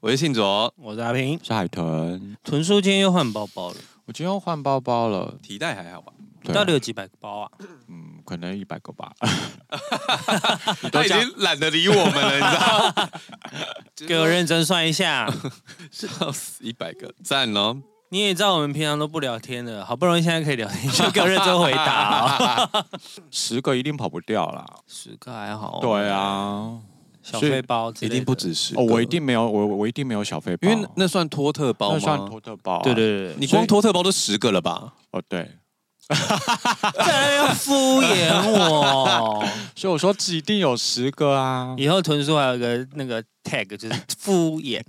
我是信卓，我是阿平。是海豚，豚叔今天又换包包了，我今天又换包包了，提袋还好吧？对到底有几百个包啊？嗯，可能一百个吧。他已经懒得理我们了，你知道吗？给我认真算 一下。笑死，一百个赞哦！你也知道我们平常都不聊天的，好不容易现在可以 聊天，就给我认真回答、哦。十个一定跑不掉啦。十个还好、哦对，啊，小背包之一类的定不。止哦十个哦，我一，定没有，我我我一定没有小费包，因为那算托特包吗？那算托特包、啊。对对对，你光托特包都十个了吧？哦对，这要敷 衍我。所以我说指定有十个啊。以后豚叔还有一个那个 tag 就是敷衍。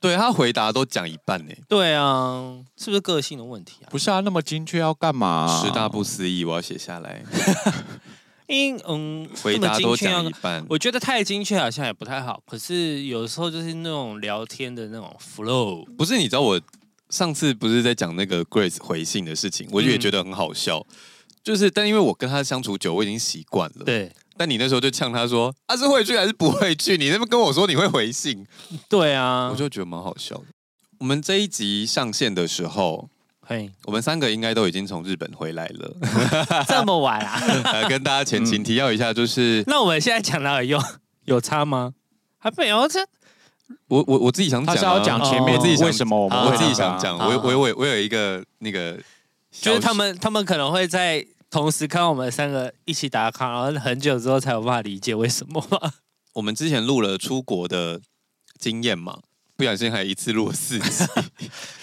对他回答都讲一半呢，对啊，是不是个性的问题啊？不是啊，那么精确要干嘛、啊啊十大不思议，我要写下来。因嗯，回答这都么精确讲要一半，我觉得太精确好像也不太好，可是有时候就是那种聊天的那种 flow，不是，你知道我上次不是在讲那个 Grace 回信的事情，我也嗯觉得很好笑。就是，但因为我跟他相处久，我已经习惯了。。对但你那时候就呛他说：“啊，是会去还是不会去？”你那边跟我说你会回信，对啊我，就觉得蛮好笑的。我们这一集上线的时候，嘿，我们三个应该都已经从日本回来 了。 这么晚啊？呃，跟大家前情提要一下，就是那我们现在讲到底有有差吗？还没有这我我我自己想讲、啊，他是要讲前哦面我自己想为什么我们好会我自己那个想啊讲，好我好我我我有一个那个小，就是他们他们可能会在同时看到我们三个一起打卡，然后很久之后才有办法理解为什么吧。我们之前录了出国的经验嘛，不小心还一次录了四 集。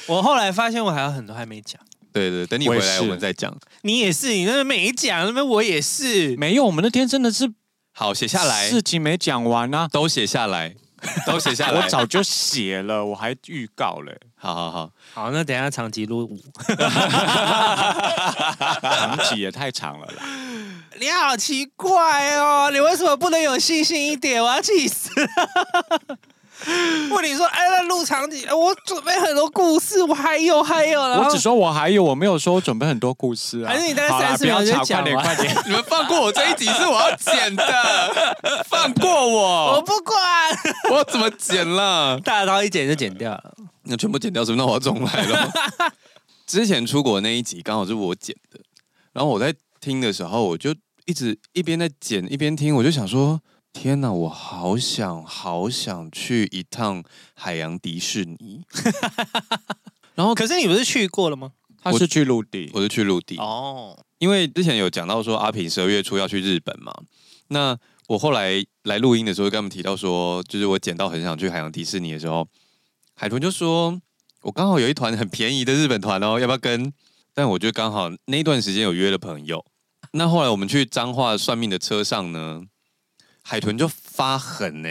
我后来发现我还有很多还没讲，对对，等你我回也来是我们再讲。你也是，你那边没讲，那边我也是。没有，我们那天真的是好，写下来，事情没讲完啊。都写下 来，都写下来。我早就写了，我还预告嘞，好好好，好，那等一下长期录五，长集也太长了 啦。你好奇怪哦，你为什么不能有信心一点？我要气死了！ 问你说，哎，那录场景，我准备很多故事，我还有还有，然我后只说我还有，我没有说我准备很多故事啊。还是你大概好啦30不要秒就吵讲快点完快点。你们放过我这一集是我要剪的，放过我我，不管， 我怎么剪啦？大刀一剪就剪掉了。那全部剪掉是不是？那我要重来了。之前出国那一集刚好是我剪的，然后我在听的时候，我就一直一边在剪一边听，我就想说：天哪，我好想好想去一趟海洋迪士尼。然后哦可是你不是去过了吗？他是去陆地，我就去陆地，哦，因为之前有讲到说阿平十二月初要去日本嘛，那我后来来录音的时候跟他们提到说，就是我捡到很想去海洋迪士尼的时候，海豚就说我刚好有一团很便宜的日本团哦，要不要跟？但我就刚好那段时间有约了朋友，那后来我们去彰化算命的车上呢，海豚就发狠呢、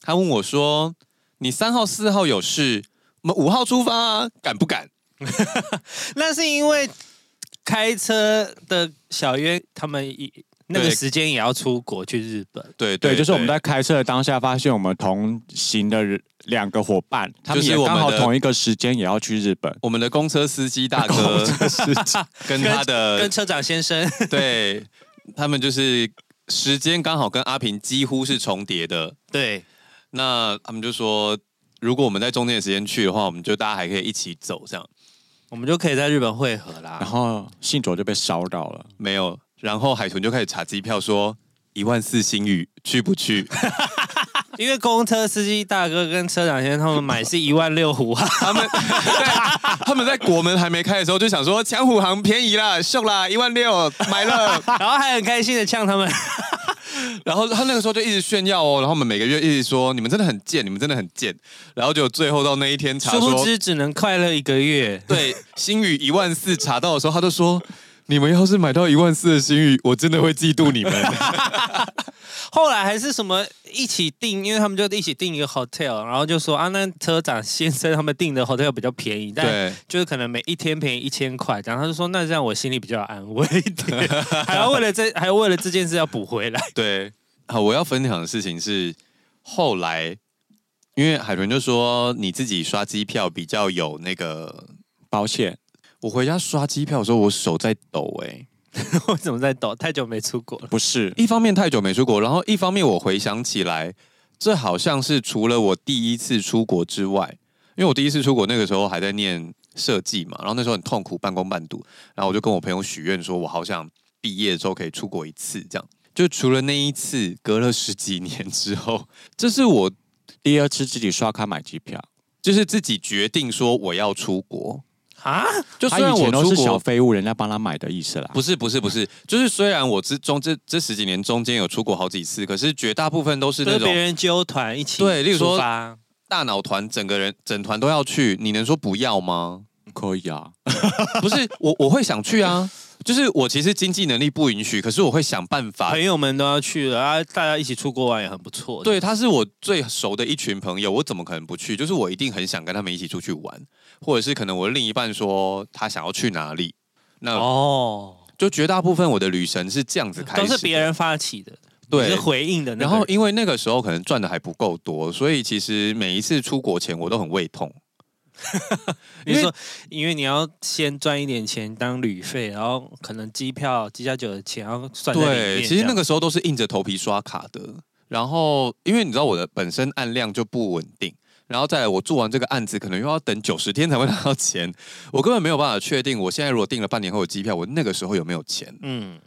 他问我说：“你三号、四号有事，我们五号出发、啊，敢不敢？”那是因为开车的小约他们一那个对时间也要出国去日本，对对，就是我们在开车的当下，发现我们同行的人两个伙伴，他们就是也我们刚好的同一个时间也要去日本。我们的公车司机 大哥 跟他的跟车长先生对，他们就是时间刚好跟阿平几乎是重叠的。 对那他们就说，如果我们在中间的时间去的话，我们就大家还可以一起走这样。我们就可以在日本汇合然 啦。后信卓就被烧到了，没有，然后海豚就开始查机票说。一万四星宇去不 去？因为公车司机大哥跟车长先生他们买是一万六 五啊，他们他们在国门还没开的时候就想说强虎航便宜啦，秀啦，一万六买了。然后还很开心的呛他们，然后他那个时候就一直炫耀哦，然后我们每个月一直说你们真的很贱，你们真的很贱。然后就最后到那一天查殊不说，知只能快乐一个 月。对，星宇一万四查到的时候，他就说。你们要是买到一万四的星宇，我真的会嫉妒 你们。后来还是什么一起订，因为他们就一起订一个 hotel，然后就说啊，那车长先生他们订的 hotel 比较便宜，但对，就是可能每一天便宜一千块，然后他就说那这样我心里比较有安慰一 点，还要为了这还要为了这件事要补回来。 对，好，我要分享的事情是，后来因为海豚就说你自己刷机票比较有那个，保险我回家刷机票的时候，我手在抖哎、我怎么在抖？太久没出国了。不是一方面太久没出国，然后一方面我回想起来，这好像是除了我第一次出国之外，因为我第一次出国那个时候还在念设计嘛，然后那时候很痛苦，半工半读，然后我就跟我朋友许愿说，我好想毕业之后可以出国一次，这样。就除了那一次，隔了十几年之后，这是我第二次自己刷卡买机票，就是自己决定说我要出国。啊，就他虽然以我前都出是小国，废物，人家帮他买的意思啦。不是不是不是，就是虽然我之中这这十几年中间有出国好几次，可是绝大部分都是跟那别种人纠团一起对例如说啊出发大脑团，整个人整团都要去，你能说不要吗？可以啊，不是我我会想去啊， 就是我其实经济能力不允许，可是我会想办法朋。友们都要去了啊，大家一起出国玩也很不错。对，他是我最熟的一群朋友，我怎么可能不去？就是我一定很想跟他们一起出去玩，或者是可能我另一半说他想要去哪里，那哦，就绝大部分我的旅程是这样子开始都的，是别人发起的，对你是回应的那然个人。后因为那个时候可能赚的还不够多，所以其实每一次出国前我都很胃痛。你说，因为你要先赚一点钱当旅费，然后可能机票、机加酒的钱要算在里面。对，其实那这样个时候都是硬着头皮刷卡的。然后因为你知道我的本身案量就不稳定，然后再来我做完这个案子，可能又要等九十天才会拿到钱，我根本没有办法确定我现在如果订了半年后的机票，我那个时候有没有钱，嗯，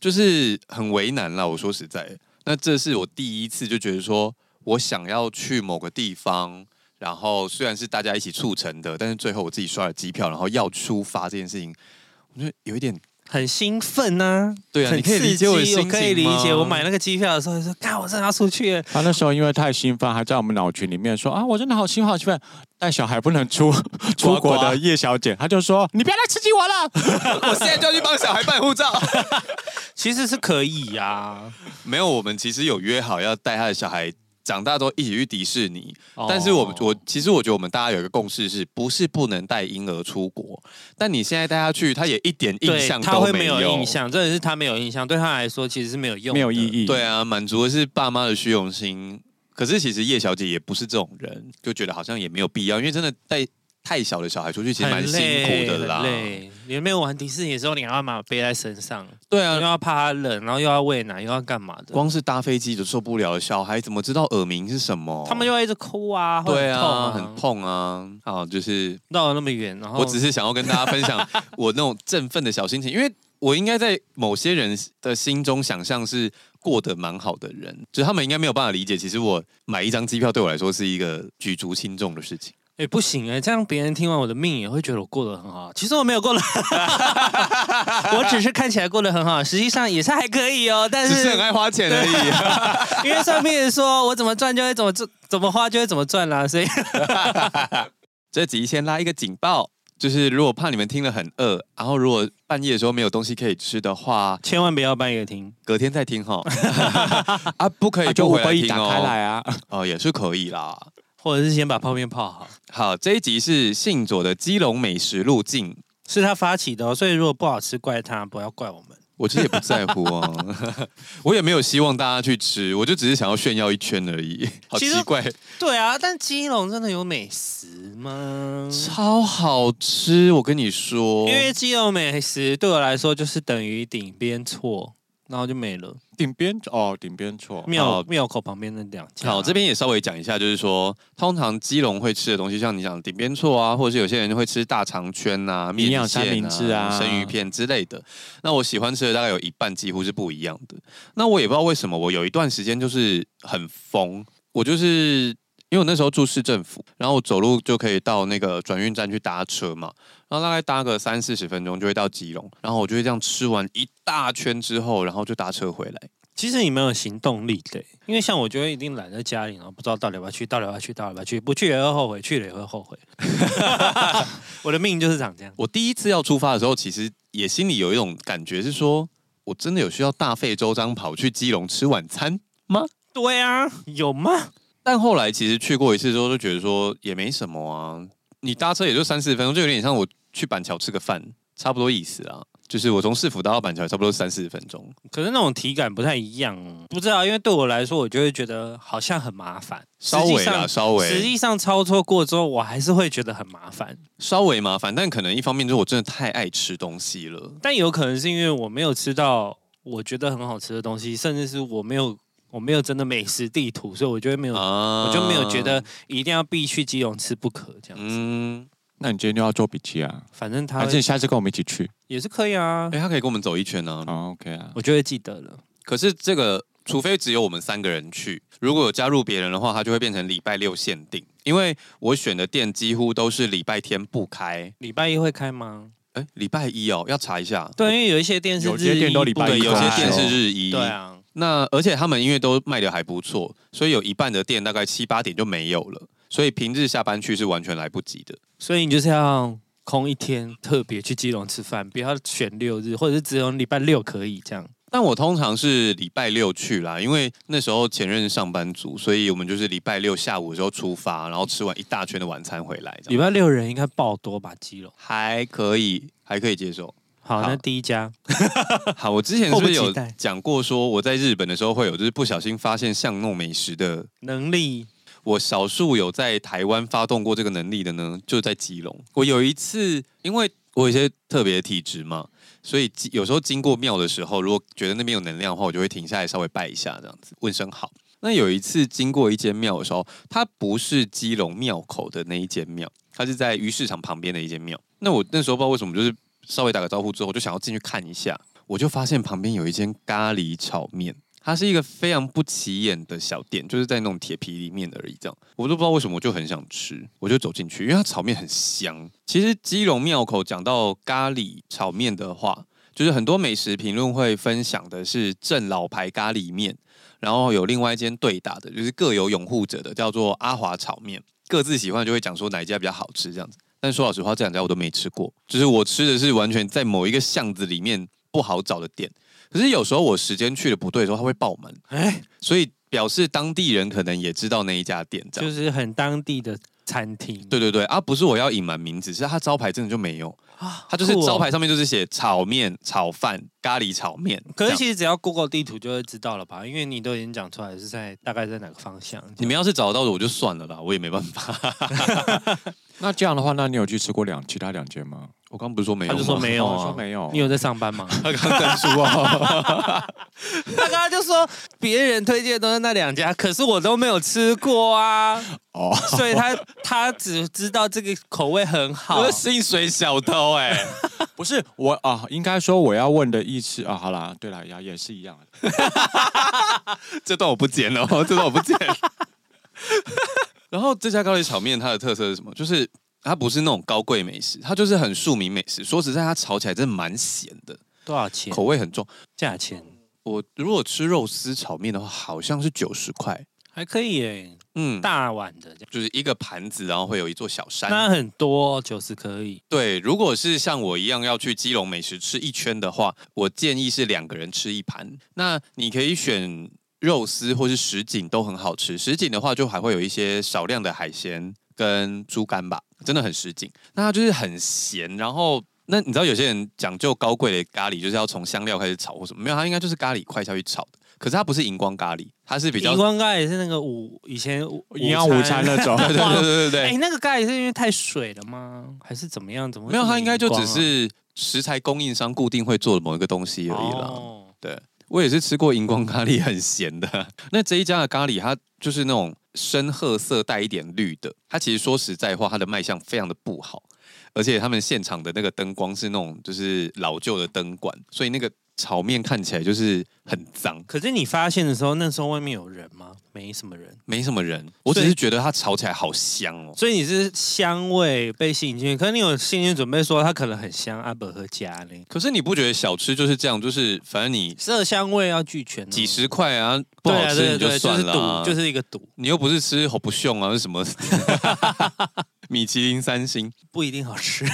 就是很为难啦。我说实在，那这是我第一次就觉得说我想要去某个地方。然后虽然是大家一起促成的，但是最后我自己刷了机票，然后要出发这件事情，我觉得有一点很兴奋呐、对啊，很你可以理刺激，解我的心我情可以理解。吗我买那个机票的时候，就说：“看，我真的要出去了。他那时候因为太兴奋，还在我们脑群里面说啊，我真的好兴奋，好兴奋。但小孩不能出出国的叶小姐，她就说你不要再刺激我了。我现在就要去帮小孩办护照。”其实是可以呀、啊， 没有，我们其实有约好要带他的小孩长大之后一起去迪士尼， 哦但是我们我其实我觉得我们大家有一个共识是，不是不能带婴儿出国？但你现在带他去，他也一点印对象他都会没有。印象，真的是他没有印象，对他来说其实是没有用，没有意。义。对，啊，满足的是爸妈的虚荣心。可是其实叶小姐也不是这种人，就觉得好像也没有必要，因为真的带太小的小孩出去其实很蛮辛苦累的啦很。累，你没有玩迪士尼的时候，你还要把它背在身上，对又啊，要怕它冷，然后又要喂奶，又要干嘛的？光是搭飞机就受不了，小孩怎么知道耳鸣是什么？他们又要一直哭啊，会对很痛啊，很痛啊！啊，就是绕了那么远，然后我只是想要跟大家分享 我那种振奋的小心情，因为我应该在某些人的心中想象是过得蛮好的人，就是他们应该没有办法理解，其实我买一张机票对我来说是一个举足轻重的事情。哎、不行哎、这样别人听完我的命也会觉得我过得很好。其实我没有过得， 我只是看起来过得很好，实际上也是还可以哦。但只是是很爱花钱而 已。因为上面说我怎么赚就会怎么赚，怎么花就会怎么赚啦，所以这集先拉一个警报，就是如果怕你们听了很饿，然后如果半夜的时候没有东西可以吃的话， 千万不要半夜听。隔天再听哈。啊，不可以啊、就不我回来可以听打开哦。来啊， 哦，也是可以啦。或者是先把泡面泡好，好，这一集是信佐的基隆美食路径，是他发起的哦，所以如果不好吃怪他，不要怪我们。我其实也不在乎啊， 我也没有希望大家去吃，我就只是想要炫耀一圈而已。好其实奇怪，对啊，但基隆真的有美食吗？超好吃！我跟你说，因为基隆美食对我来说就是等于顶边错，然后就没了。顶边哦，顶边错。庙好庙口旁边那两家，好这边也稍微讲一下，就是说，通常基隆会吃的东西，像你讲的顶边错啊，或者是有些人会吃大肠圈啊、面营养线三明治啊生鱼片之类的。那我喜欢吃的大概有一半几乎是不一样的。那我也不知道为什么，我有一段时间就是很疯，我就是因为我那时候住市政府，然后我走路就可以到那个转运站去搭车嘛，然后大概搭个三四十分钟就会到基隆，然后我就会这样吃完一大圈之后，然后就搭车回来。其实你蛮有行动力的欸，因为像我就会一定懒在家里，然后不知道到底要不要去，到底要不要去，到底要不要去，不去也会后悔，去了也会后悔。 我的命就是长这样。我第一次要出发的时候，其实也心里有一种感觉，是说我真的有需要大费周章跑去基隆吃晚餐。对啊，有吗？但后来其实去过一次之后，就觉得说也没什么啊，你搭车也就三四十分钟，就有点像我去板桥吃个饭，差不多意思啊。就是我从市府搭到板桥，差不多三四十分钟。可是那种体感不太一样哦，不知道，因为对我来说，我就会觉得好像很麻烦。稍微啦，实稍际上实微际上操作过之后，我还是会觉得很麻烦。稍微麻烦，但可能一方面就是我真的太爱吃东西了。但有可能是因为我没有吃到我觉得很好吃的东西，甚至是我没有我没有真的美食地图，所以我就没有，啊我就没有觉得一定要必去基隆吃不可这样子。嗯，那你今天就要做笔记啊，反正他还是你下次跟我们一起去？也是可以啊哎、，他可以跟我们走一圈呢、哦，OK 啊，我就会记得了。可是这个，除非只有我们三个人去，如果有加入别人的话，它就会变成礼拜六限定。因为我选的店几乎都是礼拜天不开，礼拜一会开吗？哎，礼拜一哦，要查一下。对，因为有一些店是有些店都礼拜对，一有开啊些店是日一一。对。啊，那而且他们因为都卖的还不错，所以有一半的店大概七八点就没有了，所以平日下班去是完全来不及的。所以你就是要空一天特别去基隆吃饭，不要选六日，或者是只有礼拜六可以这样。但我通常是礼拜六去啦，因为那时候前任是上班族，所以我们就是礼拜六下午的时候出发，然后吃完一大圈的晚餐回来。这礼样拜六人应该爆多吧？基隆。还可以，还可以接受。好，好那第一家好，我之前是不是迫不有及待讲过，说我在日本的时候会有，就是不小心发现巷弄美食的。能力我少数有在台湾发动过这个能力的呢，就在基隆。我有一次，因为我有一些特别的体质嘛，所以经有时候经过庙的时候，如果觉得那边有能量的话，我就会停下来稍微拜一下，这样子问声好。那有一次经过一间庙的时候，它不是基隆庙口的那一间庙，它是在鱼市场旁边的一间庙。那我那时候不知道为什么，就是稍微打个招呼之后，我就想要进去看一下，我就发现旁边有一间咖喱炒面。它是一个非常不起眼的小店，就是在那种铁皮里面而已。这样，我都不知道为什么，我就很想吃，我就走进去，因为它炒面很香。其实基隆庙口讲到咖喱炒面的话，就是很多美食评论会分享的是正老牌咖喱面，然后有另外一间对打的，就是各有拥护者的，叫做阿华炒面，各自喜欢就会讲说哪一家比较好吃这样子。但说老实话，这两家我都没吃过，就是我吃的是完全在某一个巷子里面不好找的店。可是有时候我时间去的不对的时候，它会爆满，哎，所以表示当地人可能也知道那一家店这样。就是很当地的餐厅。对对对，啊，不是我要隐瞒名字，是它招牌真的就没有，啊它就是酷哦招牌上面就是写炒面、炒饭、咖喱炒面。这可是样其实只要 Google 地图就会知道了吧？因为你都已经讲出来是在大概在哪个方向。你们要是找得到的，我就算了啦，我也没办法。那这样的话，那你有去吃过两其他两间吗？我刚不是说没有 他吗，就说没有哦啊，说没有你有在上班吗？ 他刚跟说哦， 他刚刚就说别人推荐的都是那两家，可是我都没有吃过啊，哦，所以他他只知道这个口味很好我。是薪水小偷哎、 不是我啊，应该说我要问的意思啊，好啦，对啦，也也是一样。这段我不剪了哦，这 段我不剪。 然后这家高丽炒面它的特色是什么？就是它不是那种高贵美食，它就是很庶民美食。说实在，它炒起来真的蛮咸的，多少钱？口味很重。价钱我如果吃肉丝炒面的话，好像是九十块，还可以耶，嗯，大碗的这样，就是一个盘子，然后会有一座小山。那很多哦九十可以。对，如果是像我一样要去基隆美食吃一圈的话，我建议是两个人吃一盘。那你可以选肉丝或是什锦都很好吃。什锦的话，就还会有一些少量的海鲜跟猪肝吧，真的很什锦。那它就是很咸，然后。那你知道有些人讲究高贵的咖喱，就是要从香料开始炒或什么？没有，它应该就是咖喱块下去炒的。可是它不是荧光咖喱，它是比较荧光盖也是那个午以前午营养午餐那种， 对对对对对哎、对，那个盖是因为太水了吗？还是怎么样？怎么会没有，这么它应该就荧光只啊是食材供应商固定会做的某一个东西而已啦。哦我也是吃过荧光咖喱，很咸的。 那这一家的咖喱，它就是那种深褐色带一点绿的。它其实说实在话，它的卖相非常的不好，而且他们现场的那个灯光是那种就是老旧的灯管，所以那个炒面看起来就是很脏，可是你发现的时候，那时候外面有人吗？没什么人，没什么人。我只所以是觉得它炒起来好香哦。所以你是香味被吸引进去。可是你有心理准备说它可能很香，阿伯和家呢？可是你不觉得小吃就是这样？就是反正你色香味要俱全、哦，几十块啊，不对好啊吃对你就对，算是了赌，啊、就是一个赌，你又不是吃好不凶啊，是什么米其林三星？不一定好吃。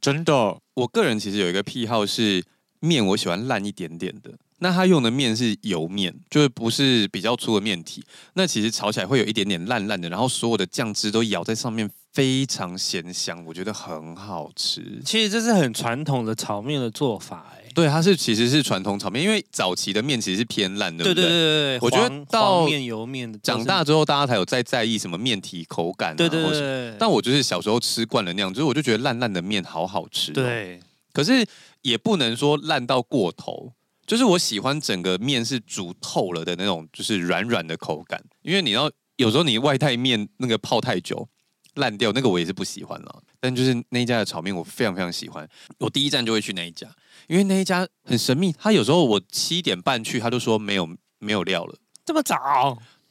真的我个人其实有一个癖好是面，我喜欢烂一点点的。那他用的面是油面，就是不是比较粗的面体。那其实炒起来会有一点点烂烂的，然后所有的酱汁都舀在上面，非常咸香，我觉得很好吃。其实这是很传统的炒面的做法、哎，对，它是其实是传统炒面，因为早期的面其实是偏烂，对对不对对？对对，我觉得黄到黄面油面的都是长大，之后大家才有在在意什么面体口感、啊，对对或对什么对，但我就是小时候吃惯了那样，就是我就哦觉得烂烂的面好好吃、，对可是也不能说烂到过头，就是我喜欢整个面是煮透了的那种，就是软软的口感。因为你要有时候你外带面那个泡太久烂掉，那个我也是不喜欢了。但就是那一家的炒面，我非常非常喜欢。我第一站就会去那一家，因为那一家很神秘。他有时候我七点半去，他就说没有没有料了。这么早，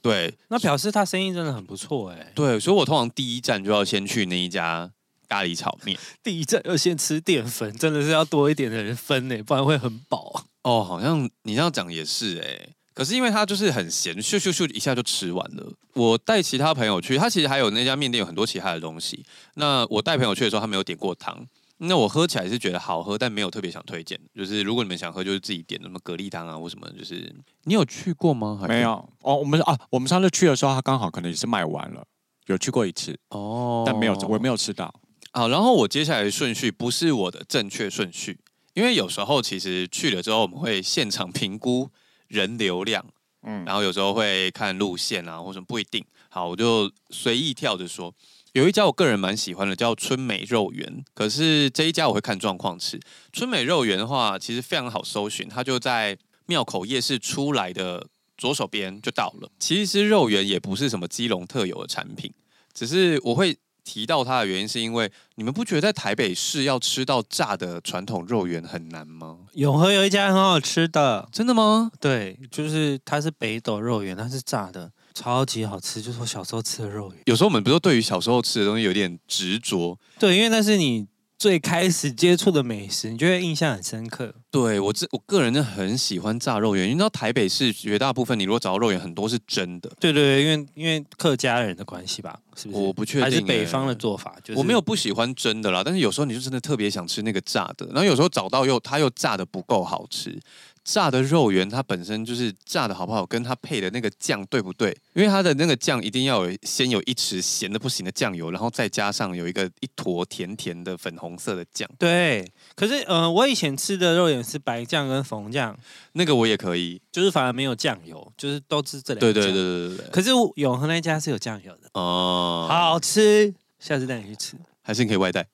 对那表示他生意真的很不错哎。对，所以我通常第一站就要先去那一家咖喱炒面。第一站要先吃淀粉，真的是要多一点的人分呢，不然会很饱。哎哦，好像你这样讲也是哎、可是因为它就是很咸，咻咻咻一下就吃完了。我带其他朋友去，他其实还有那家面店有很多其他的东西。那我带朋友去的时候，他没有点过汤。那我喝起来是觉得好喝，但没有特别想推荐。就是如果你们想喝，就是自己点什么蛤蜊汤啊或什么。就是你有去过吗？还是没有哦，我们啊，我们上次去的时候，他刚好可能也是卖完了，有去过一次，哦，但没有，我没有吃到。好，然后我接下来的顺序不是我的正确顺序，因为有时候其实去了之后，我们会现场评估人流量，嗯嗯，然后有时候会看路线啊，或者不一定。好，我就随意跳着说，有一家我个人蛮喜欢的，叫春美肉圆，可是这一家我会看状况吃。春美肉圆的话，其实非常好搜寻，它就在庙口夜市出来的左手边就到了。其实肉圆也不是什么基隆特有的产品，只是我会提到它的原因，是因为你们不觉得在台北市要吃到炸的传统肉圆很难吗？永和有一家很好吃的，真的吗？对，就是它是北斗肉圆，它是炸的，超级好吃，就是我小时候吃的肉圆。有时候我们不是对于小时候吃的东西有点执着？对，因为那是你最开始接触的美食，你就会印象很深刻。对我这我个人真的很喜欢炸肉圆，因为到台北市绝大部分你如果找到肉圆，很多是真的。对对对，因为因为客家人的关系吧，是不是？我不确定、还是北方的欸做法，就是我没有不喜欢真的啦，但是有时候你就真的特别想吃那个炸的，然后有时候找到又它又炸的不够好吃，炸的肉圆它本身就是炸的好不好，跟它配的那个酱对不对？因为它的那个酱一定要有先有一匙咸的不行的酱油，然后再加上有一个一坨甜甜的粉红色的酱，对。可是，嗯、我以前吃的肉圆是白酱跟红酱，那个我也可以。就是反而没有酱油，就是都是这两对个对对酱。对对对，可是永和那家是有酱油的，哦、好吃，下次带你去吃。还是你可以外带。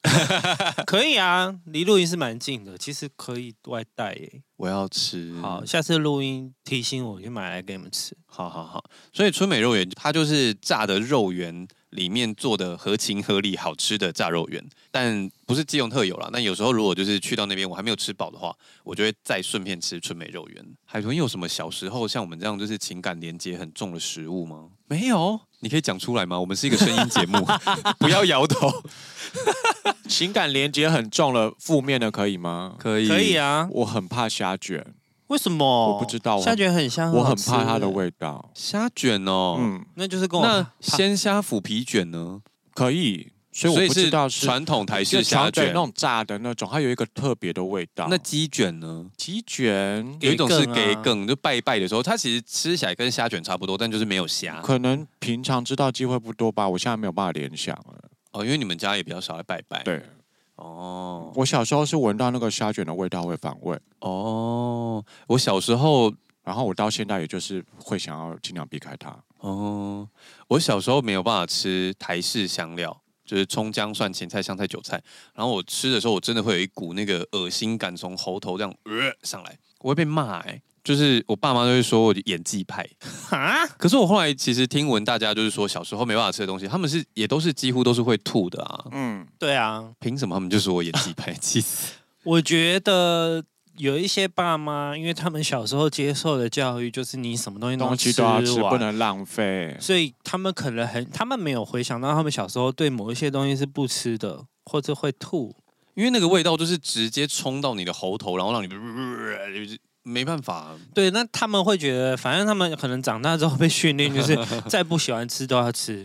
可以啊，离录音是蛮近的，其实可以外带耶。我要吃，嗯好，下次录音提醒我去买来给你们吃。好好好，所以春美肉圆它就是炸的肉圆里面做的合情合理好吃的炸肉圆，但不是基隆特有啦。但有时候如果就是去到那边我还没有吃饱的话，我就会再顺便吃春美肉圆。海豚有什么小时候像我们这样就是情感连接很重的食物吗？没有，你可以讲出来吗？我们是一个声音节目， 不要摇头。情感连接很重了，负面的可以吗？可以可以啊，我很怕虾卷，为什么？我不知道啊虾卷很香，我好很吃怕它的，味道。虾卷哦，嗯，那就是跟我那怕鲜虾腐皮卷呢？可以，所以我不知道是传统台就式传虾对卷那。种炸的那种，它有一个特别的味道。那鸡卷呢？鸡卷有一种是给给梗啊梗，就拜拜的时候，它其实吃起来跟虾卷差不多，但就是没有虾可能平常知道机会不多吧，我现在没有办法联想了。哦，因为你们家也比较少来拜拜。对，哦我小时候是闻到那个虾卷的味道会反胃，哦，我小时候然后我到现在也就是会想要尽量避开它。哦，我小时候没有办法吃台式香料，就是葱姜蒜、芹菜、香菜、韭菜。然后我吃的时候，我真的会有一股那个恶心感从喉头这样、呃、上来，我会被骂哎、就是我爸妈都会说我演技派， 啊，可是我后来其实听闻大家就是说小时候没办法吃的东西，他们是也都是几乎都是会吐的啊。嗯，对啊，凭什么他们就说我演技派？气死！我觉得。有一些爸妈，因为他们小时候接受的教育就是你什么嗯东西东西吃都要吃，完不能浪费。所以他们可能很，他们没有回想到他们小时候对某一些东西是不吃的，或者会吐。因为那个味道就是直接冲到你的喉头，然后让你就是没办法。对，那他们会觉得，反正他们可能长大之后被训练，就是再不喜欢吃都要吃，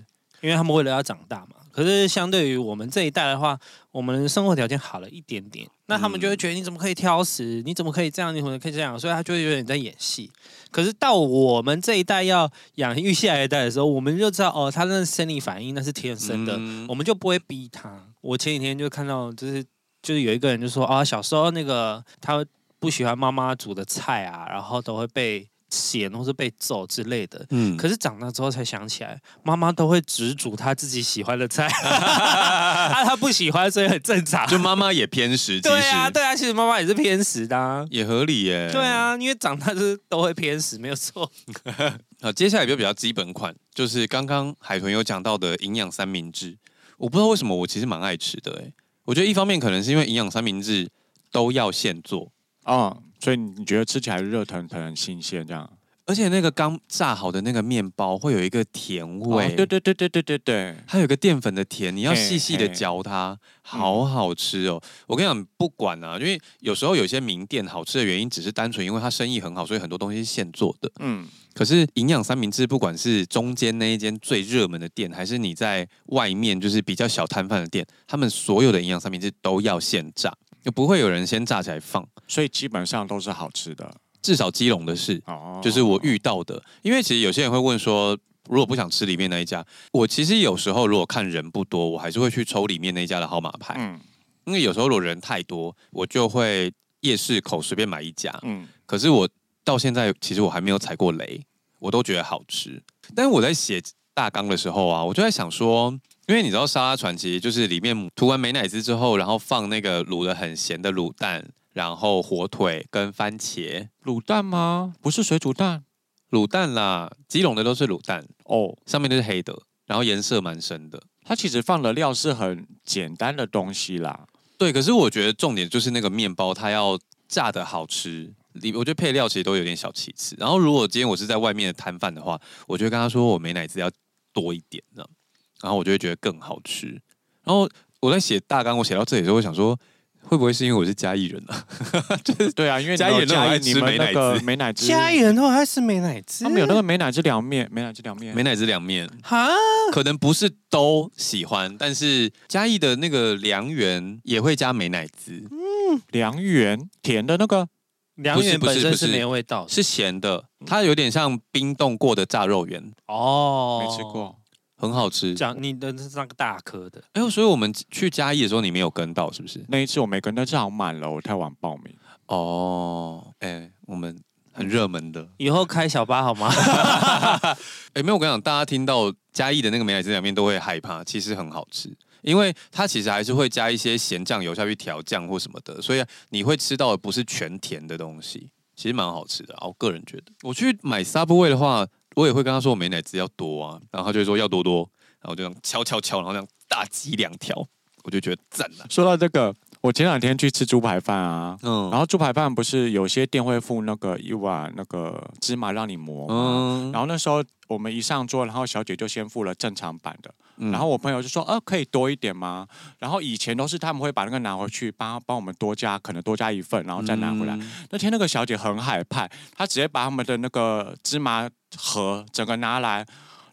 因为他们为了要长大嘛。可是相对于我们这一代的话，我们生活条件好了一点点，那他们就会觉得你怎么可以挑食，你怎么可以这样，你怎么可以这样，所以他就会有点在演戏。可是到我们这一代要养育下一代的时候，我们就知道哦，他那是生理反应，那是天生的，嗯我们就不会逼他。我前几天就看到，就是就是哦有一个人就说啊，小时候那个他不喜欢妈妈煮的菜啊，然后都会被嫌或是被揍之类的。嗯，可是长大之后才想起来，妈妈都会只煮她自己喜欢的 菜，啊，她不喜欢，所以很正常。就妈妈也偏食，对啊，其实对啊，其实妈妈也是偏食的、啊。也合理耶。对，啊，因为长大就是都会偏食，没有错。好，接下来就比较基本款，就是刚刚海豚有讲到的营养三明治。我不知道为什么我其实蛮爱吃的哎，我觉得一方面可能是因为营养三明治都要现做，哦，所以你觉得吃起来热腾腾、很新鲜这样？而且那个刚炸好的那个面包会有一个甜味，哦对对对对对对对，它有一个淀粉的甜，你要细细的嘿嘿嗯嚼它，好好吃哦！我跟你讲，不管啊，因为有时候有些名店好吃的原因，只是单纯因为它生意很好，所以很多东西是现做的。嗯，可是营养三明治，不管是中间那一间最热门的店，还是你在外面就是比较小摊贩的店，他们所有的营养三明治都要现炸，就不会有人先炸起来放。所以基本上都是好吃的至少基隆的是，哦。就是我遇到的。因为其实有些人会问说，如果不想吃里面那一家，我其实有时候如果看人不多，我还是会去抽里面那一家的号码牌，嗯因为有时候如果人太多，我就会夜市口随便买一家。嗯，可是我到现在其实我还没有踩过雷，我都觉得好吃。但是我在写大纲的时候啊，我就在想说。因为你知道沙拉传奇就是里面涂完美乃滋之后，然后放那个卤的很咸的卤蛋，然后火腿跟番茄卤蛋吗？不是水煮蛋卤蛋啦，基隆的都是卤蛋，哦。上面都是黑的，然后颜色蛮深的。它其实放的料是很简单的东 西啦，对，可是我觉得重点就是那个面包，它要炸的好吃。里我觉得配料其实都有点小其次。然后如果今天我是在外面的摊贩的话，我就会跟他说我美乃滋要多一点这样，然后我就会觉得更好吃。然后我在写大纲，我写到这里的时候，我想说会不会是因为我是嘉义人啊？ 对啊，因为嘉义人都很爱家吃你们美那乃个滋美乃滋，家里人都爱吃美乃滋，他们有那个美乃滋凉面，美乃滋凉面美，乃滋凉面哈，可能不是都喜欢，但是嘉义的那个凉园也会加美乃滋，凉圆甜的那个凉不是面不是本身不是是没味道的是咸的，它有点像冰冻过的炸肉圆，哦，没吃。过，很好吃。讲你的是那个大颗的，哎呦，所以我们去嘉义的时候，你没有跟到，是不是？那一次我没跟，但是好像满了，我太晚报名。哦，哎，我们很热门的。以后开小巴好吗？ 哎，没有，我跟你讲，大家听到嘉义的那个美乃滋凉面都会害怕，其实很好吃，因为它其实还是会加一些咸酱油下去调酱或什么的，所以你会吃到的不是全甜的东西，其实蛮好吃的啊。我个人觉得，我去买 Subway 的话，我也会跟他说我美乃滋要多啊，然后他就会说要多多，然后我就这样敲敲敲，然后这样大挤两条，我就觉得赞了。说到这个，我前两天去吃猪排饭啊，嗯然后猪排饭不是有些店会附那个一碗那个芝麻让你磨吗？嗯然后那时候我们一上桌，然后小姐就先付了正常版的，嗯然后我朋友就说：“呃，可以多一点吗？”然后以前都是他们会把那个拿回去，帮帮我们多加，可能多加一份，然后再拿回来。嗯那天那个小姐很海派，她直接把他们的那个芝麻盒整个拿来，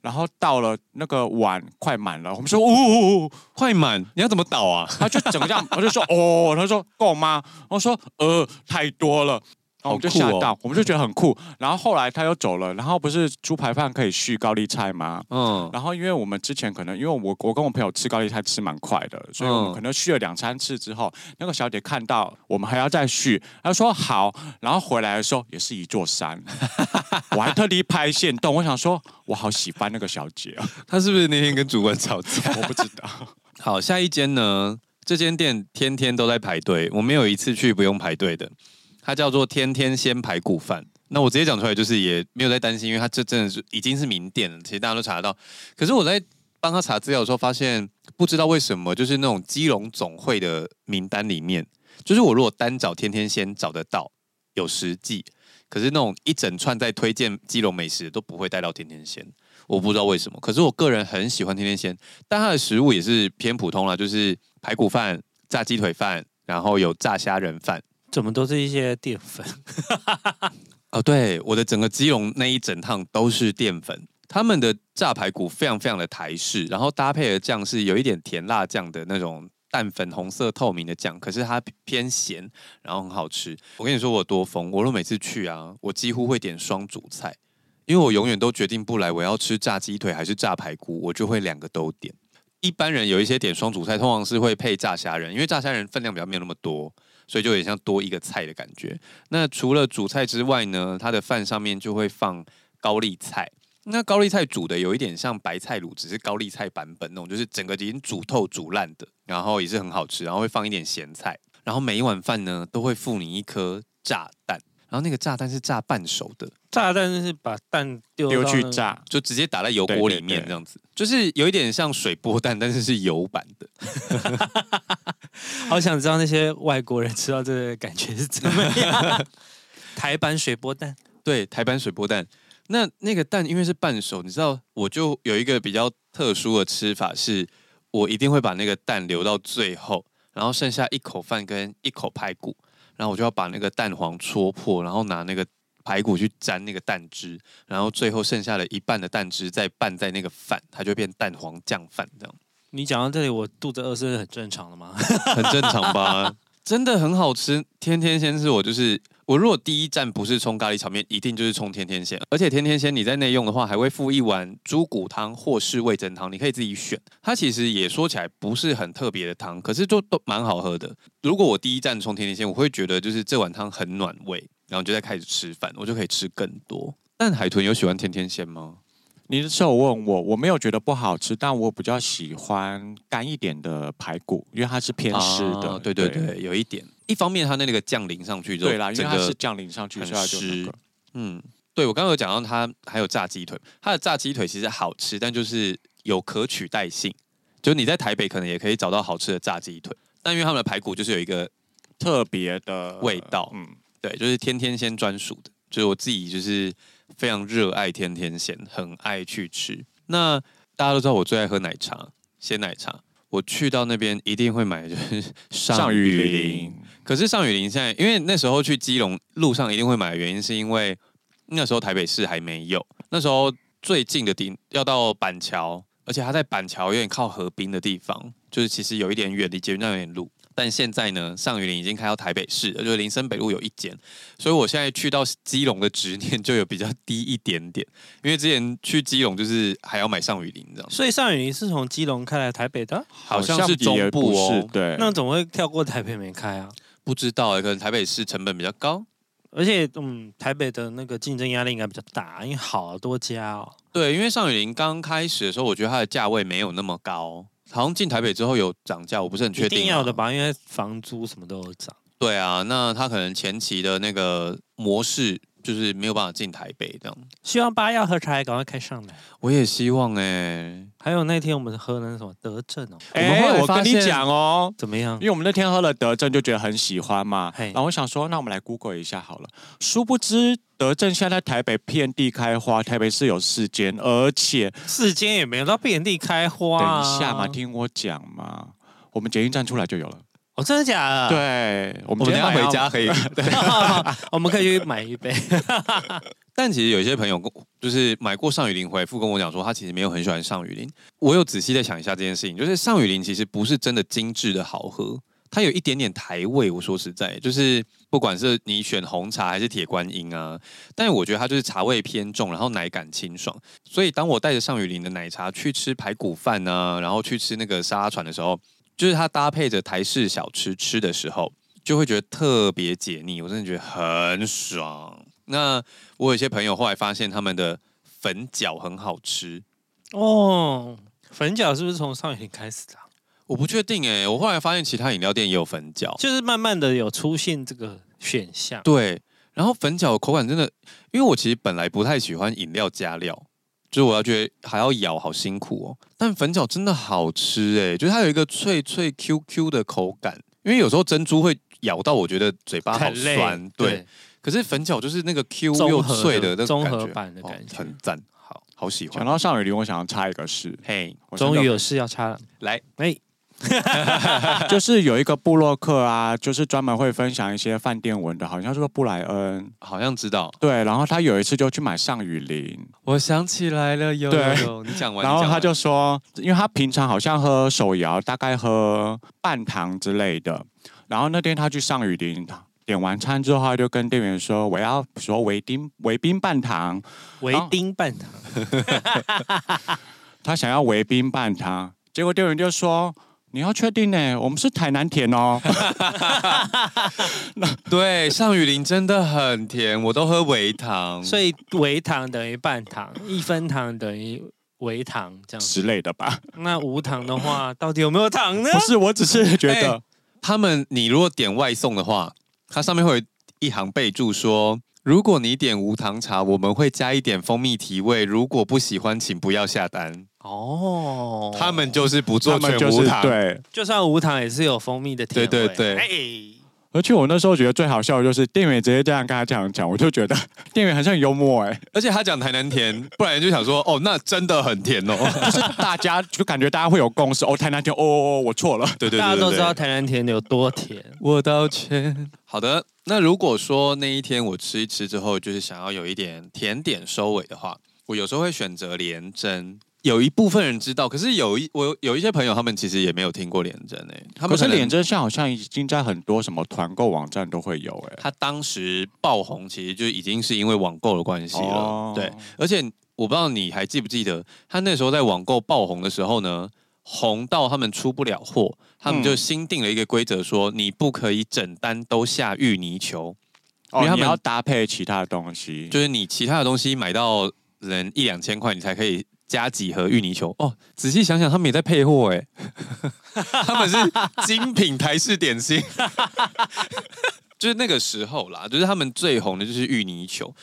然后到了那个碗快满了，我们说：“呜呜呜！”快满，你要怎么倒啊？ 他就整个这样，我就说哦，他说够吗？我说呃，太多了。然后我们就吓好酷哦到，我们就觉得很酷。然后后来他又走了，然后不是猪排饭可以续高丽菜吗？嗯，然后因为我们之前可能因为我我跟我朋友吃高丽菜吃蛮快的，所以我们嗯可能续了两三次之后，那个小姐看到我们还要再续，她说好，然后回来的时候也是一座山，我还特地拍线动，我想说我好喜欢那个小姐啊，他是不是那天跟主管吵架？我不知道， 好，下一间呢？这间店天天都在排队，我没有一次去不用排队的。它叫做天天鲜排骨饭。那我直接讲出来，就是也没有在担心，因为它这真的是已经是名店了，其实大家都查得到。可是我在帮他查资料的时候，发现不知道为什么，就是那种基隆总会的名单里面，就是我如果单找天天鲜找得到有实际，可是那种一整串在推荐基隆美食都不会带到天天鲜，我不知道为什么。可是我个人很喜欢天天鲜，但它的食物也是偏普通啦，就是排骨饭、炸鸡腿饭，然后有炸虾仁饭。怎么都是一些淀粉？哦，对，我的整个基隆那一整趟都是淀粉。他们的炸排骨非常非常的台式，然后搭配的酱是有一点甜辣酱的那种淡粉红色透明的酱，可是它偏咸，然后很好吃。我跟你说我有多疯，我若每次去啊，我几乎会点双主菜，因为我永远都决定不来我要吃炸鸡腿还是炸排骨，我就会两个都点。一般人有一些点双主菜，通常是会配炸虾仁，因为炸虾仁分量比较没有那么多，所以就有点像多一个菜的感觉。那除了主菜之外呢，它的饭上面就会放高丽菜。那高丽菜煮的有一点像白菜卤，只是高丽菜版本那种，就是整个已经煮透、煮烂的，然后也是很好吃，然后会放一点咸菜，然后每一碗饭呢都会附你一颗炸弹，然后那个炸弹是炸半熟的，炸弹是把蛋丢丢到去那个，炸，就直接打在油锅里对对面对这样子，就是有一点像水波蛋，但是是油版的。 好想知道那些外国人吃到这个感觉是怎么 样。台版水波蛋，对，台版水波蛋。那那个蛋因为是半熟，你知道，我就有一个比较特殊的吃法是，我一定会把那个蛋留到最后，然后剩下一口饭跟一口排骨，然后我就要把那个蛋黄戳破，然后拿那个排骨去沾那个蛋汁，然后最后剩下的一半的蛋汁再拌在那个饭，它就会变蛋黄酱饭这样。你讲到这里，我肚子饿是很正常的吗？ 很正常吧？ 真的很好吃，天天鲜是我就是我。如果第一站不是冲咖喱炒面，一定就是冲天天鲜。而且天天鲜你在内用的话，还会附一碗猪骨汤或是味噌汤，你可以自己选。它其实也说起来不是很特别的汤，可是就都蛮好喝的。如果我第一站冲天天鲜，我会觉得就是这碗汤很暖胃，然后就再开始吃饭，我就可以吃更多。但海豚有喜欢天天鲜吗？你是有问我，我没有觉得不好吃，但我比较喜欢干一点的排骨，因为它是偏湿的、啊对对对，有一点。一方面它那个酱淋上去之后，对啦，因为整它个是降临上去，很所以它就那湿个嗯，对，我刚刚有讲到它还有炸鸡腿，它的炸鸡腿其实好吃，但就是有可取代性，就是你在台北可能也可以找到好吃的炸鸡腿，但因为他们的排骨就是有一个特别的味道嗯，对，就是天天鲜专属的，就是我自己就是非常热爱天天鲜，很爱去吃。那大家都知道我最爱喝奶茶，鲜奶茶。我去到那边一定会买，就是 上上雨雨林林。可是上雨林现在，因为那时候去基隆路上一定会买的原因，是因为那时候台北市还没有，那时候最近的地要到板桥，而且它在板桥有点靠河滨的地方，就是其实有一点远，离捷运站有点路。但现在呢，上雨林已经开到台北市了，就是林森北路有一间，所以我现在去到基隆的执念就有比较低一点点，因为之前去基隆就是还要买上雨林这样，所以上雨林是从基隆开来台北的，好像是中也部不是哦，对，那怎么会跳过台北没开啊？不知道、欸，可能台北市成本比较高。而且，嗯，台北的那个竞争压力应该比较大，因为好多家哦。对，因为上雨林刚开始的时候，我觉得它的价位没有那么高，好像进台北之后有涨价，我不是很确一啊定、啊定要的？吧，因为房租什么都有涨。对啊，那它可能前期的那个模式就是没有办法进台北这样。希望八药喝茶也赶快开上来。我也希望哎、还有那天我们喝的那什么德政哦，我们后哎、来我发跟你现讲哦。怎么样因？为我们那天喝了德政，就觉得很喜欢嘛。嘿然后我想说，那我们来 Google 一下好了。殊不知，德政现在在台北遍地开花，台北市有四间，而且世间也没有到遍地开花、等啊。一下嘛，听我讲嘛，我们捷运站出来就有了。哦，真的假的？对，我啊我们们等一今天下晚回上家可以。我们可以去买一杯。但其实有些朋友跟就是买过上雨林回复跟我讲说，他其实没有很喜欢上雨林。我有仔细在想一下这件事情，就是上雨林其实不是真的精致的好喝，它有一点点台味。我说实在，就是不管是你选红茶还是铁观音啊，但是我觉得它就是茶味偏重，然后奶感清爽。所以当我带着上雨林的奶茶去吃排骨饭啊，然后去吃那个沙拉船的时候，就是它搭配着台式小吃吃的时候，就会觉得特别解腻，我真的觉得很爽。那我有一些朋友后来发现他们的粉饺很好吃， 哦，粉饺是不是从上雨林开始的啊、我不确定哎、我后来发现其他饮料店也有粉饺，就是慢慢的有出现这个选项。对，然后粉饺口感真的，因为我其实本来不太喜欢饮料加料，就是我要觉得还要咬，好辛苦哦。但粉饺真的好吃哎、就是它有一个脆脆 Q Q 的口感，因为有时候珍珠会咬到我觉得嘴巴好很累酸，对。，可是粉饺就是那个 Q 综又合的脆的那个综感合觉版的哦感觉很赞，好好喜 讲欢。到上雨林，我想要插一个事，嘿，我真的终于有事要插了。来，哎，就是有一个布洛克啊，就是专门会分享一些饭店文的，好像是说布莱恩。好像知道，对，然后他有一次就去买上雨林，我想起来了，有对有有，你讲完，然你后讲他完就说，因为他平常好像喝手摇，大概喝半糖之类的。然后那天他去上雨林，点完餐之后，他就跟店员说：“我要说维丁维冰半糖。维丁半糖，”他想要维冰半糖，结果店员就说：“你要确定呢、我们是台南 甜哦。对，上雨林真的很甜，我都喝微糖，所以以微糖等于半糖，一分糖等于微糖这样子。之类的吧？那无糖的话，到底有没有糖呢不？是，我只是觉得、哎他们你如果点外送的话，它上面会有一行备注说。如果你点无糖茶，我们会加一点蜂蜜提味。如果不喜欢，请不要下单。哦，他们就是不他做们全就无是糖，对。就算无糖也是有蜂蜜的甜味。哎对对对，而且我那时候觉得最好笑的就是店员直接这样跟他这样讲，我就觉得 店员很像幽默哎、 而且他讲台南甜，不然就想说哦，那真的很甜 哦。就是大家就感觉大家会有共识哦，台南甜哦哦哦，我错了。对对对大家都知道对台南甜有多甜。我道歉。好的，那如果说那一天我吃一吃之后，就是想要有一点甜点收尾的话，我有时候会选择连针。有一部分人知道，可是有一我有有一些朋友，他们其实也没有听过连针诶、他可们是能脸真相好像已经在很多什么团购网站都会有哎、他当时爆红，其实就已经是因为网购的关系了。哦对，而且我不知道你还记不记得，他那时候在网购爆红的时候呢，红到他们出不了货，他们就新定了一个规则，说你不可以整单都下芋泥球，因哦，为他你们要搭配其他的东西，就是你其他的东西买到人一两千块，你才可以。加几盒芋泥球哦！仔细想想，他们也在配货哎， 他们是精品台式点心， 就是那个时候啦，就是他们最红的就是芋泥球。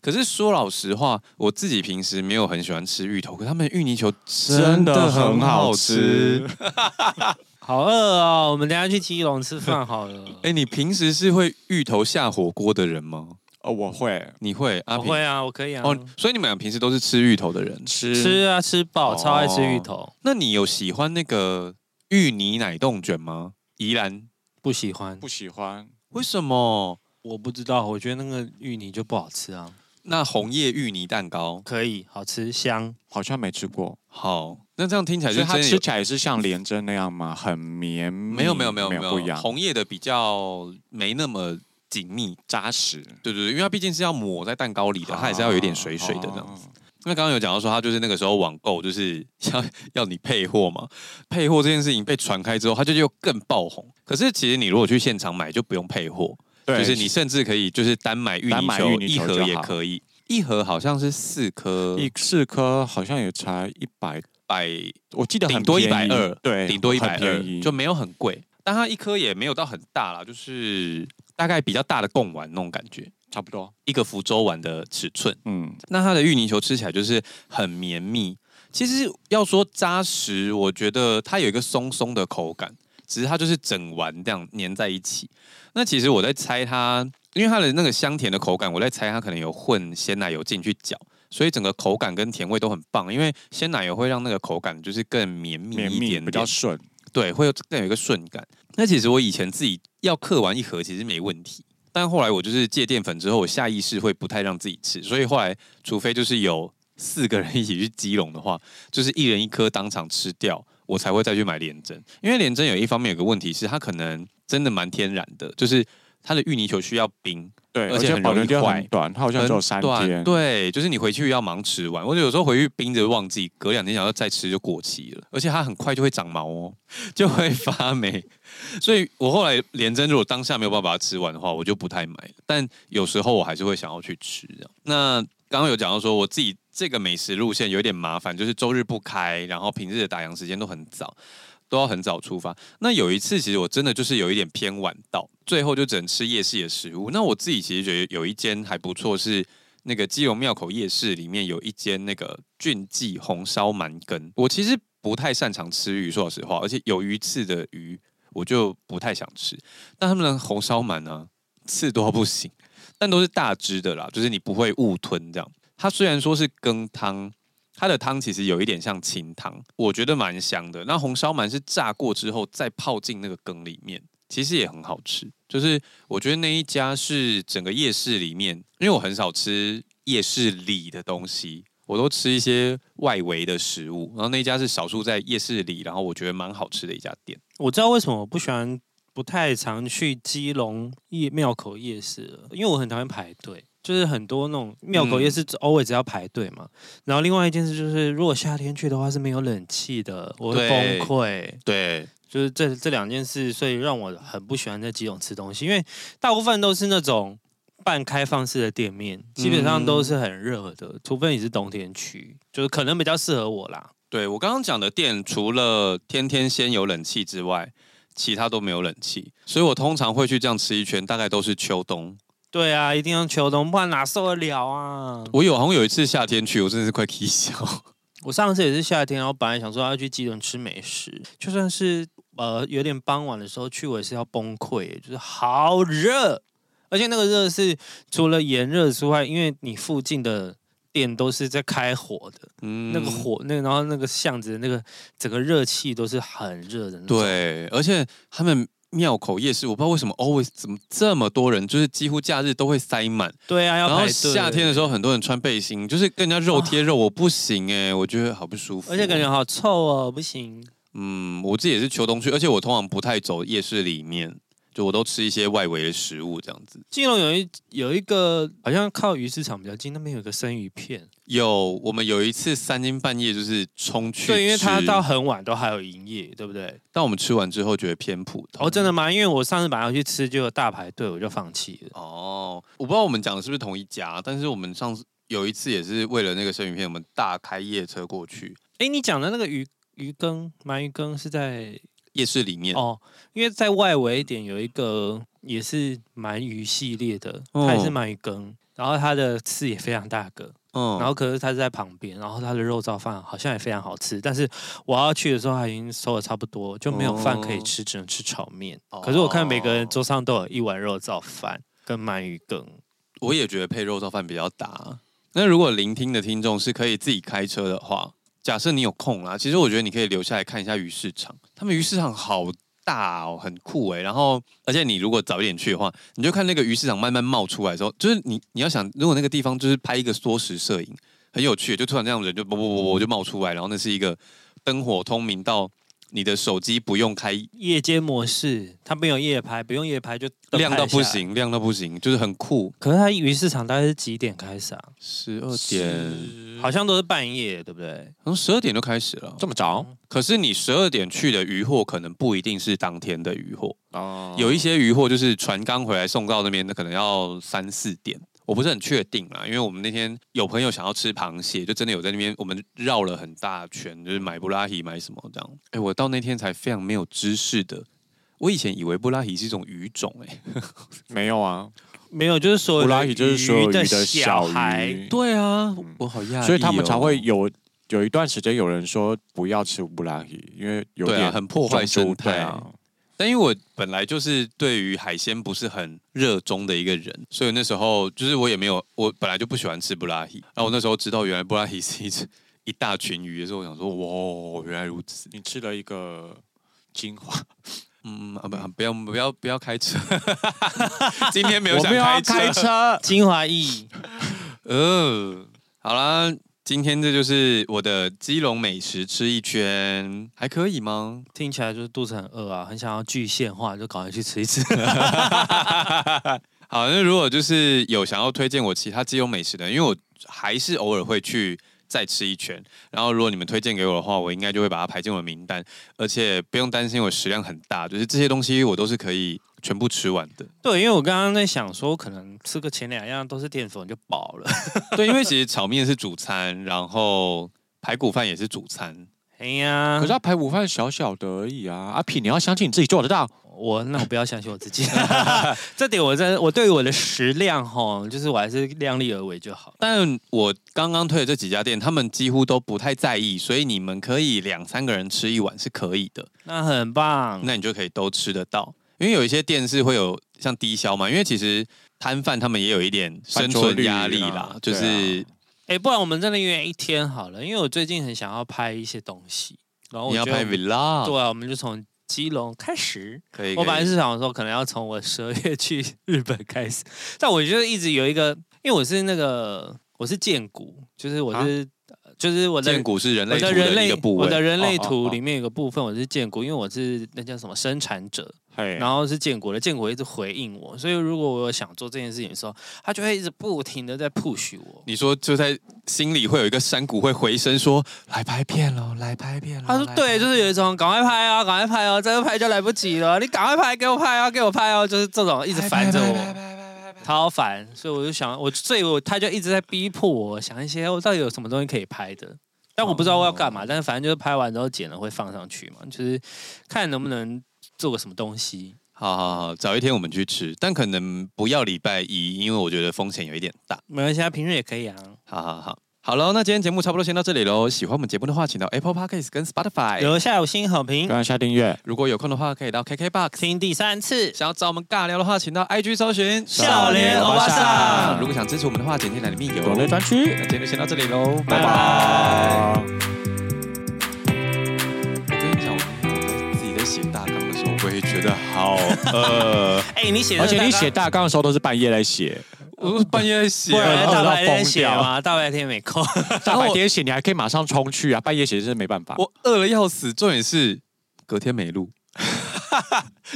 可是说老实话，我自己平时没有很喜欢吃芋头，可他们芋泥球真的很好吃。。好饿哦，我们等一下去基隆吃饭好了。 哎、你平时是会芋头下火锅的人吗？哦，我会你会？阿我平会啊，我可以啊。哦，所以你们俩平时都是吃芋头的人。吃吃啊，吃哦饱，超爱吃芋头，那你有喜欢那个芋泥奶冻卷吗？宜兰？不喜欢。不喜欢，为什么？我不知道，我觉得那个芋泥就不好吃啊。那红叶芋泥蛋糕可以，好吃香。好像没吃过。好，那这样听起来所就以它真的吃有起来也是像莲针那样吗？很绵密？没有没有没有没有不一样，红叶的比较没那么紧密，啊扎实对对对，因为它毕竟是要抹在蛋糕里的，它还是要有一点水水的这样。子。因为刚刚有讲到说，他就是那个时候网购就是 要要你配货嘛，配货这件事情被传开之后，它就又更爆红。可是其实你如果去现场买就不用配货，对，就是你甚至可以就是单买芋单泥买球芋泥一球盒就也好可以，一盒好像是四颗，一四颗好像也才一百，百我记得很顶多便宜120对，顶多一百哎很便宜二，就没有很贵，但它一颗也没有到很大啦，就是大概比较大的贡丸那种感觉，差不多。一个福州丸的尺寸。嗯，那它的芋泥球吃起来就是很绵密。其实要说扎实，我觉得它有一个松松的口感，只是它就是整丸这样粘在一起。那其实我在猜它，因为它的那个香甜的口感，我在猜它可能有混鲜奶油进去搅，所以整个口感跟甜味都很棒。因为鲜奶油会让那个口感就是更绵密绵一密点点，比较顺。对，会有更有一个顺感。那其实我以前自己要刻完一盒其实没问题，但后来我就是戒淀粉之后，我下意识会不太让自己吃，所以后来除非就是有四个人一起去基隆的话，就是一人一颗当场吃掉，我才会再去买莲针。因为莲针有一方面有个问题是它可能真的蛮天然的，就是它的芋泥球需要冰，对，而而且且很保容存易期坏很短，它好像只有三天。对，就是你回去要忙吃完，或者有时候回去冰着忘记，隔两天想要再吃就过期了，而且它很快就会长毛哦， 就会发霉。所以我后来连针如果当下没有办法把它吃完的话，我就不太买了。但有时候我还是会想要去吃这样。那刚刚有讲到说，我自己这个美食路线有点麻烦，就是周日不开，然后平日的打烊时间都很早，都要很早出发。那有一次，其实我真的就是有一点偏晚到，最后就只能吃夜市的食物。那我自己其实觉得有一间还不错，是那个基隆庙口夜市里面有一间那个俊记红烧蛮羹。我其实不太擅长吃鱼，说老实话，而且有鱼刺的鱼我就不太想吃。但他们的红烧鳗呢，刺多到不行，但都是大只的啦，就是你不会误吞这样。它虽然说是羹汤，它的汤其实有一点像清汤，我觉得蛮香的。那红烧鳗是炸过之后再泡进那个羹里面，其实也很好吃。就是我觉得那一家是整个夜市里面，因为我很少吃夜市里的东西，我都吃一些外围的食物。然后那一家是少数在夜市里，然后我觉得蛮好吃的一家店。我知道为什么我不喜欢，不太常去基隆夜庙口夜市了，因为我很讨厌排队。就是很多那种庙口夜市 always 要排队嘛。然后另外一件事就是，如果夏天去的话是没有冷气的，我会崩对溃。对，就是这这两件事，所以让我很不喜欢在基隆吃东西，因为大部分都是那种半开放式的店面，基本上都是很热的，除非你是冬天去，就是可能比较适合我啦。对我刚刚讲的店，除了天天先有冷气之外，其他都没有冷气，所以我通常会去这样吃一圈，大概都是秋冬。对啊，一定要秋冬，不然哪受得了啊？我有好像有一次夏天去，我真的是快气笑。我上次也是夏天，然后本来想说要去基隆吃美食，就算是呃有点傍晚的时候去，我也是要崩溃，就是好热，而且那个热是除了炎热之外，因为你附近的店都是在开火的，嗯那个火，那个然后那个巷子的那个整个热气都是很热的那种。对，而且他们庙口夜市，我不知道为什么 always 怎么这么多人，就是几乎假日都会塞满。对啊，要然后排队夏天的时候，很多人穿背心，就是跟人家肉贴肉，我不行哎、我觉得好不舒服。啊而且感觉好臭哦，不行。嗯，我自己也是秋冬去，而且我通常不太走夜市里面，就我都吃一些外围的食物这样子。基隆有一有一个好像靠鱼市场比较近，那边有一个生鱼片，有，我们有一次三更半夜就是冲去吃，对，因为它到很晚都还有营业，对不对？但我们吃完之后觉得偏普通。哦，真的吗？因为我上次本来要去吃，就有大排队，我就放弃了。哦，我不知道我们讲的是不是同一家，但是我们上次有一次也是为了那个生鱼片，我们大开夜车过去哎，你讲的那个鱼鱼羹、鳗鱼羹是在夜市里面。哦，因为在外围一点有一个也是鳗鱼系列的，哦它也是鳗鱼羹，然后它的刺也非常大个，嗯，然后可是它是在旁边，然后它的肉燥饭好像也非常好吃，但是我要去的时候它已经收的差不多，就没有饭可以吃，只能吃炒面。哦可是我看每个人桌上都有一碗肉燥饭跟鳗鱼羹，我也觉得配肉燥饭比较搭。那如果聆听的听众是可以自己开车的话，假设你有空啦，其实我觉得你可以留下来看一下鱼市场，他们鱼市场好大哦，很酷诶。然后，而且你如果早一点去的话，你就看那个鱼市场慢慢冒出来的时候，就是你你要想，如果那个地方就是拍一个缩时摄影，很有趣，就突然这样人就啵啵啵啵就冒出来，然后那是一个灯火通明到你的手机不用开夜间模式它没有夜拍，不用夜拍就灯亮拍到得下不来。行，亮到不行，就是很酷。可是它鱼市场大概是几点开始啊？十二点，好像都是半夜，对不对？好像十二点就开始了，这么早可是你十二点去的渔货，可能不一定是当天的渔货，哦，有一些渔货就是船刚回来送到那边，那可能要三四点，我不是很确定啦，因为我们那天有朋友想要吃螃蟹，就真的有在那边，我们绕了很大圈，就是买布拉提买什么这样。哎、我到那天才非常没有知识的，我以前以为布拉提是一种鱼种、哎，没有啊？没有，就是所有布的拉提就是所有鱼鱼的小小孩，鱼对啊，我好讶异哦、所以他们才会有有一段时间有人说不要吃乌拉鱼，因为有对啊点很破坏种生族态对啊但因为我本来就是对于海鲜不是很热衷的一个人，所以那时候就是我也没有，我本来就不喜欢吃布拉提。然后我那时候知道原来布拉提是一只一大群鱼的时候，我想说，哇，原来如此。你吃了一个 精华，嗯，啊不啊，不要不要不要开车， 今天没有我想没有要开车。开车，精啊华液。呃，好啦，今天这就是我的基隆美食吃一圈，还可以吗？听起来就是肚子很饿啊，很想要具现化，就赶快去吃一吃。好，那如果就是有想要推荐我其他基隆美食的，因为我还是偶尔会去再吃一圈。然后如果你们推荐给我的话，我应该就会把它排进我的名单，而且不用担心我食量很大，就是这些东西我都是可以全部吃完的。对，因为我刚刚在想说，可能吃个前两样都是淀粉就饱了。对，因为其实炒面是主餐，然后排骨饭也是主餐。哎呀，嗯可是他排骨饭小小的而已啊。阿屁，你要相信你自己做得到。我那我不要相信我自己， 这点我在我对于我的食量吼，就是我还是量力而为就好。但我刚刚推的这几家店，他们几乎都不太在意，所以你们可以两三个人吃一碗是可以的。那很棒，那你就可以都吃得到。因为有一些店是会有像低消嘛，因为其实摊贩他们也有一点生存压力啦，翻桌率啊就是哎、不然我们真的约一天好了，因为我最近很想要拍一些东西，然后我你要觉得拍我们 vlog，对啊，我们就从基隆开始。可以。我本来可以是想说，可能要从我十二月去日本开始，但我就是一直有一个，因为我是那个我是建谷，就是我是呃就是我的啊剑骨是人我类图的的人一类个部我位，的人类哦哦图哦里面有个部分我是建国，因为我是那叫什么生产者，嘿，然后是建国的，建国一直回应我，所以如果我想做这件事情的时候，他就会一直不停的在 push 我。你说就在心里会有一个山谷会回声说来拍片喽，来拍片喽。他说来：“拍对，就是有一种赶快拍啊，赶快拍哦、再不拍就来不及了。你赶快拍，给我拍啊，给我拍哦、就是这种一直烦着我，超烦。所以我就想，我所以我他就一直在逼迫我想一些我哦到底有什么东西可以拍的，但我不知道我要干嘛。但是反正就是拍完之后剪了会放上去嘛，就是看能不能做个什么东西。好好好，找一天我们去吃，但可能不要礼拜一，因为我觉得风险有一点大。没关系，啊，平日也可以啊。好好好，好了，那今天节目差不多先到这里喽。喜欢我们节目的话，请到 Apple Podcast 跟 Spotify。哎留下五星好评，跟下订阅。如果有空的话，可以到 KKBox。听第三次。想要找我们尬聊的话，请到 IG 搜寻少年欧巴桑如果想支持我们的话，简介栏里面有。国内那专区， 今天就先到这里喽，拜拜拜。拜。我跟你讲，我自己在写大纲的时候，我也觉得好饿，哎、你写的而且你大纲写大纲的时候都是半夜来写，我半夜在写啊不然饿大到白天疯写掉嘛，大白天没空。大白天写你还可以马上冲去啊，半夜写真是没办法。我饿了要死，重点是隔天没 录，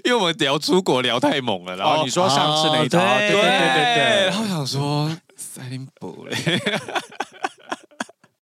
因为我们聊出国聊太猛了，然哦后，你说啊上次那一哦套，对对对对对对然。后我想说塞林博嘞。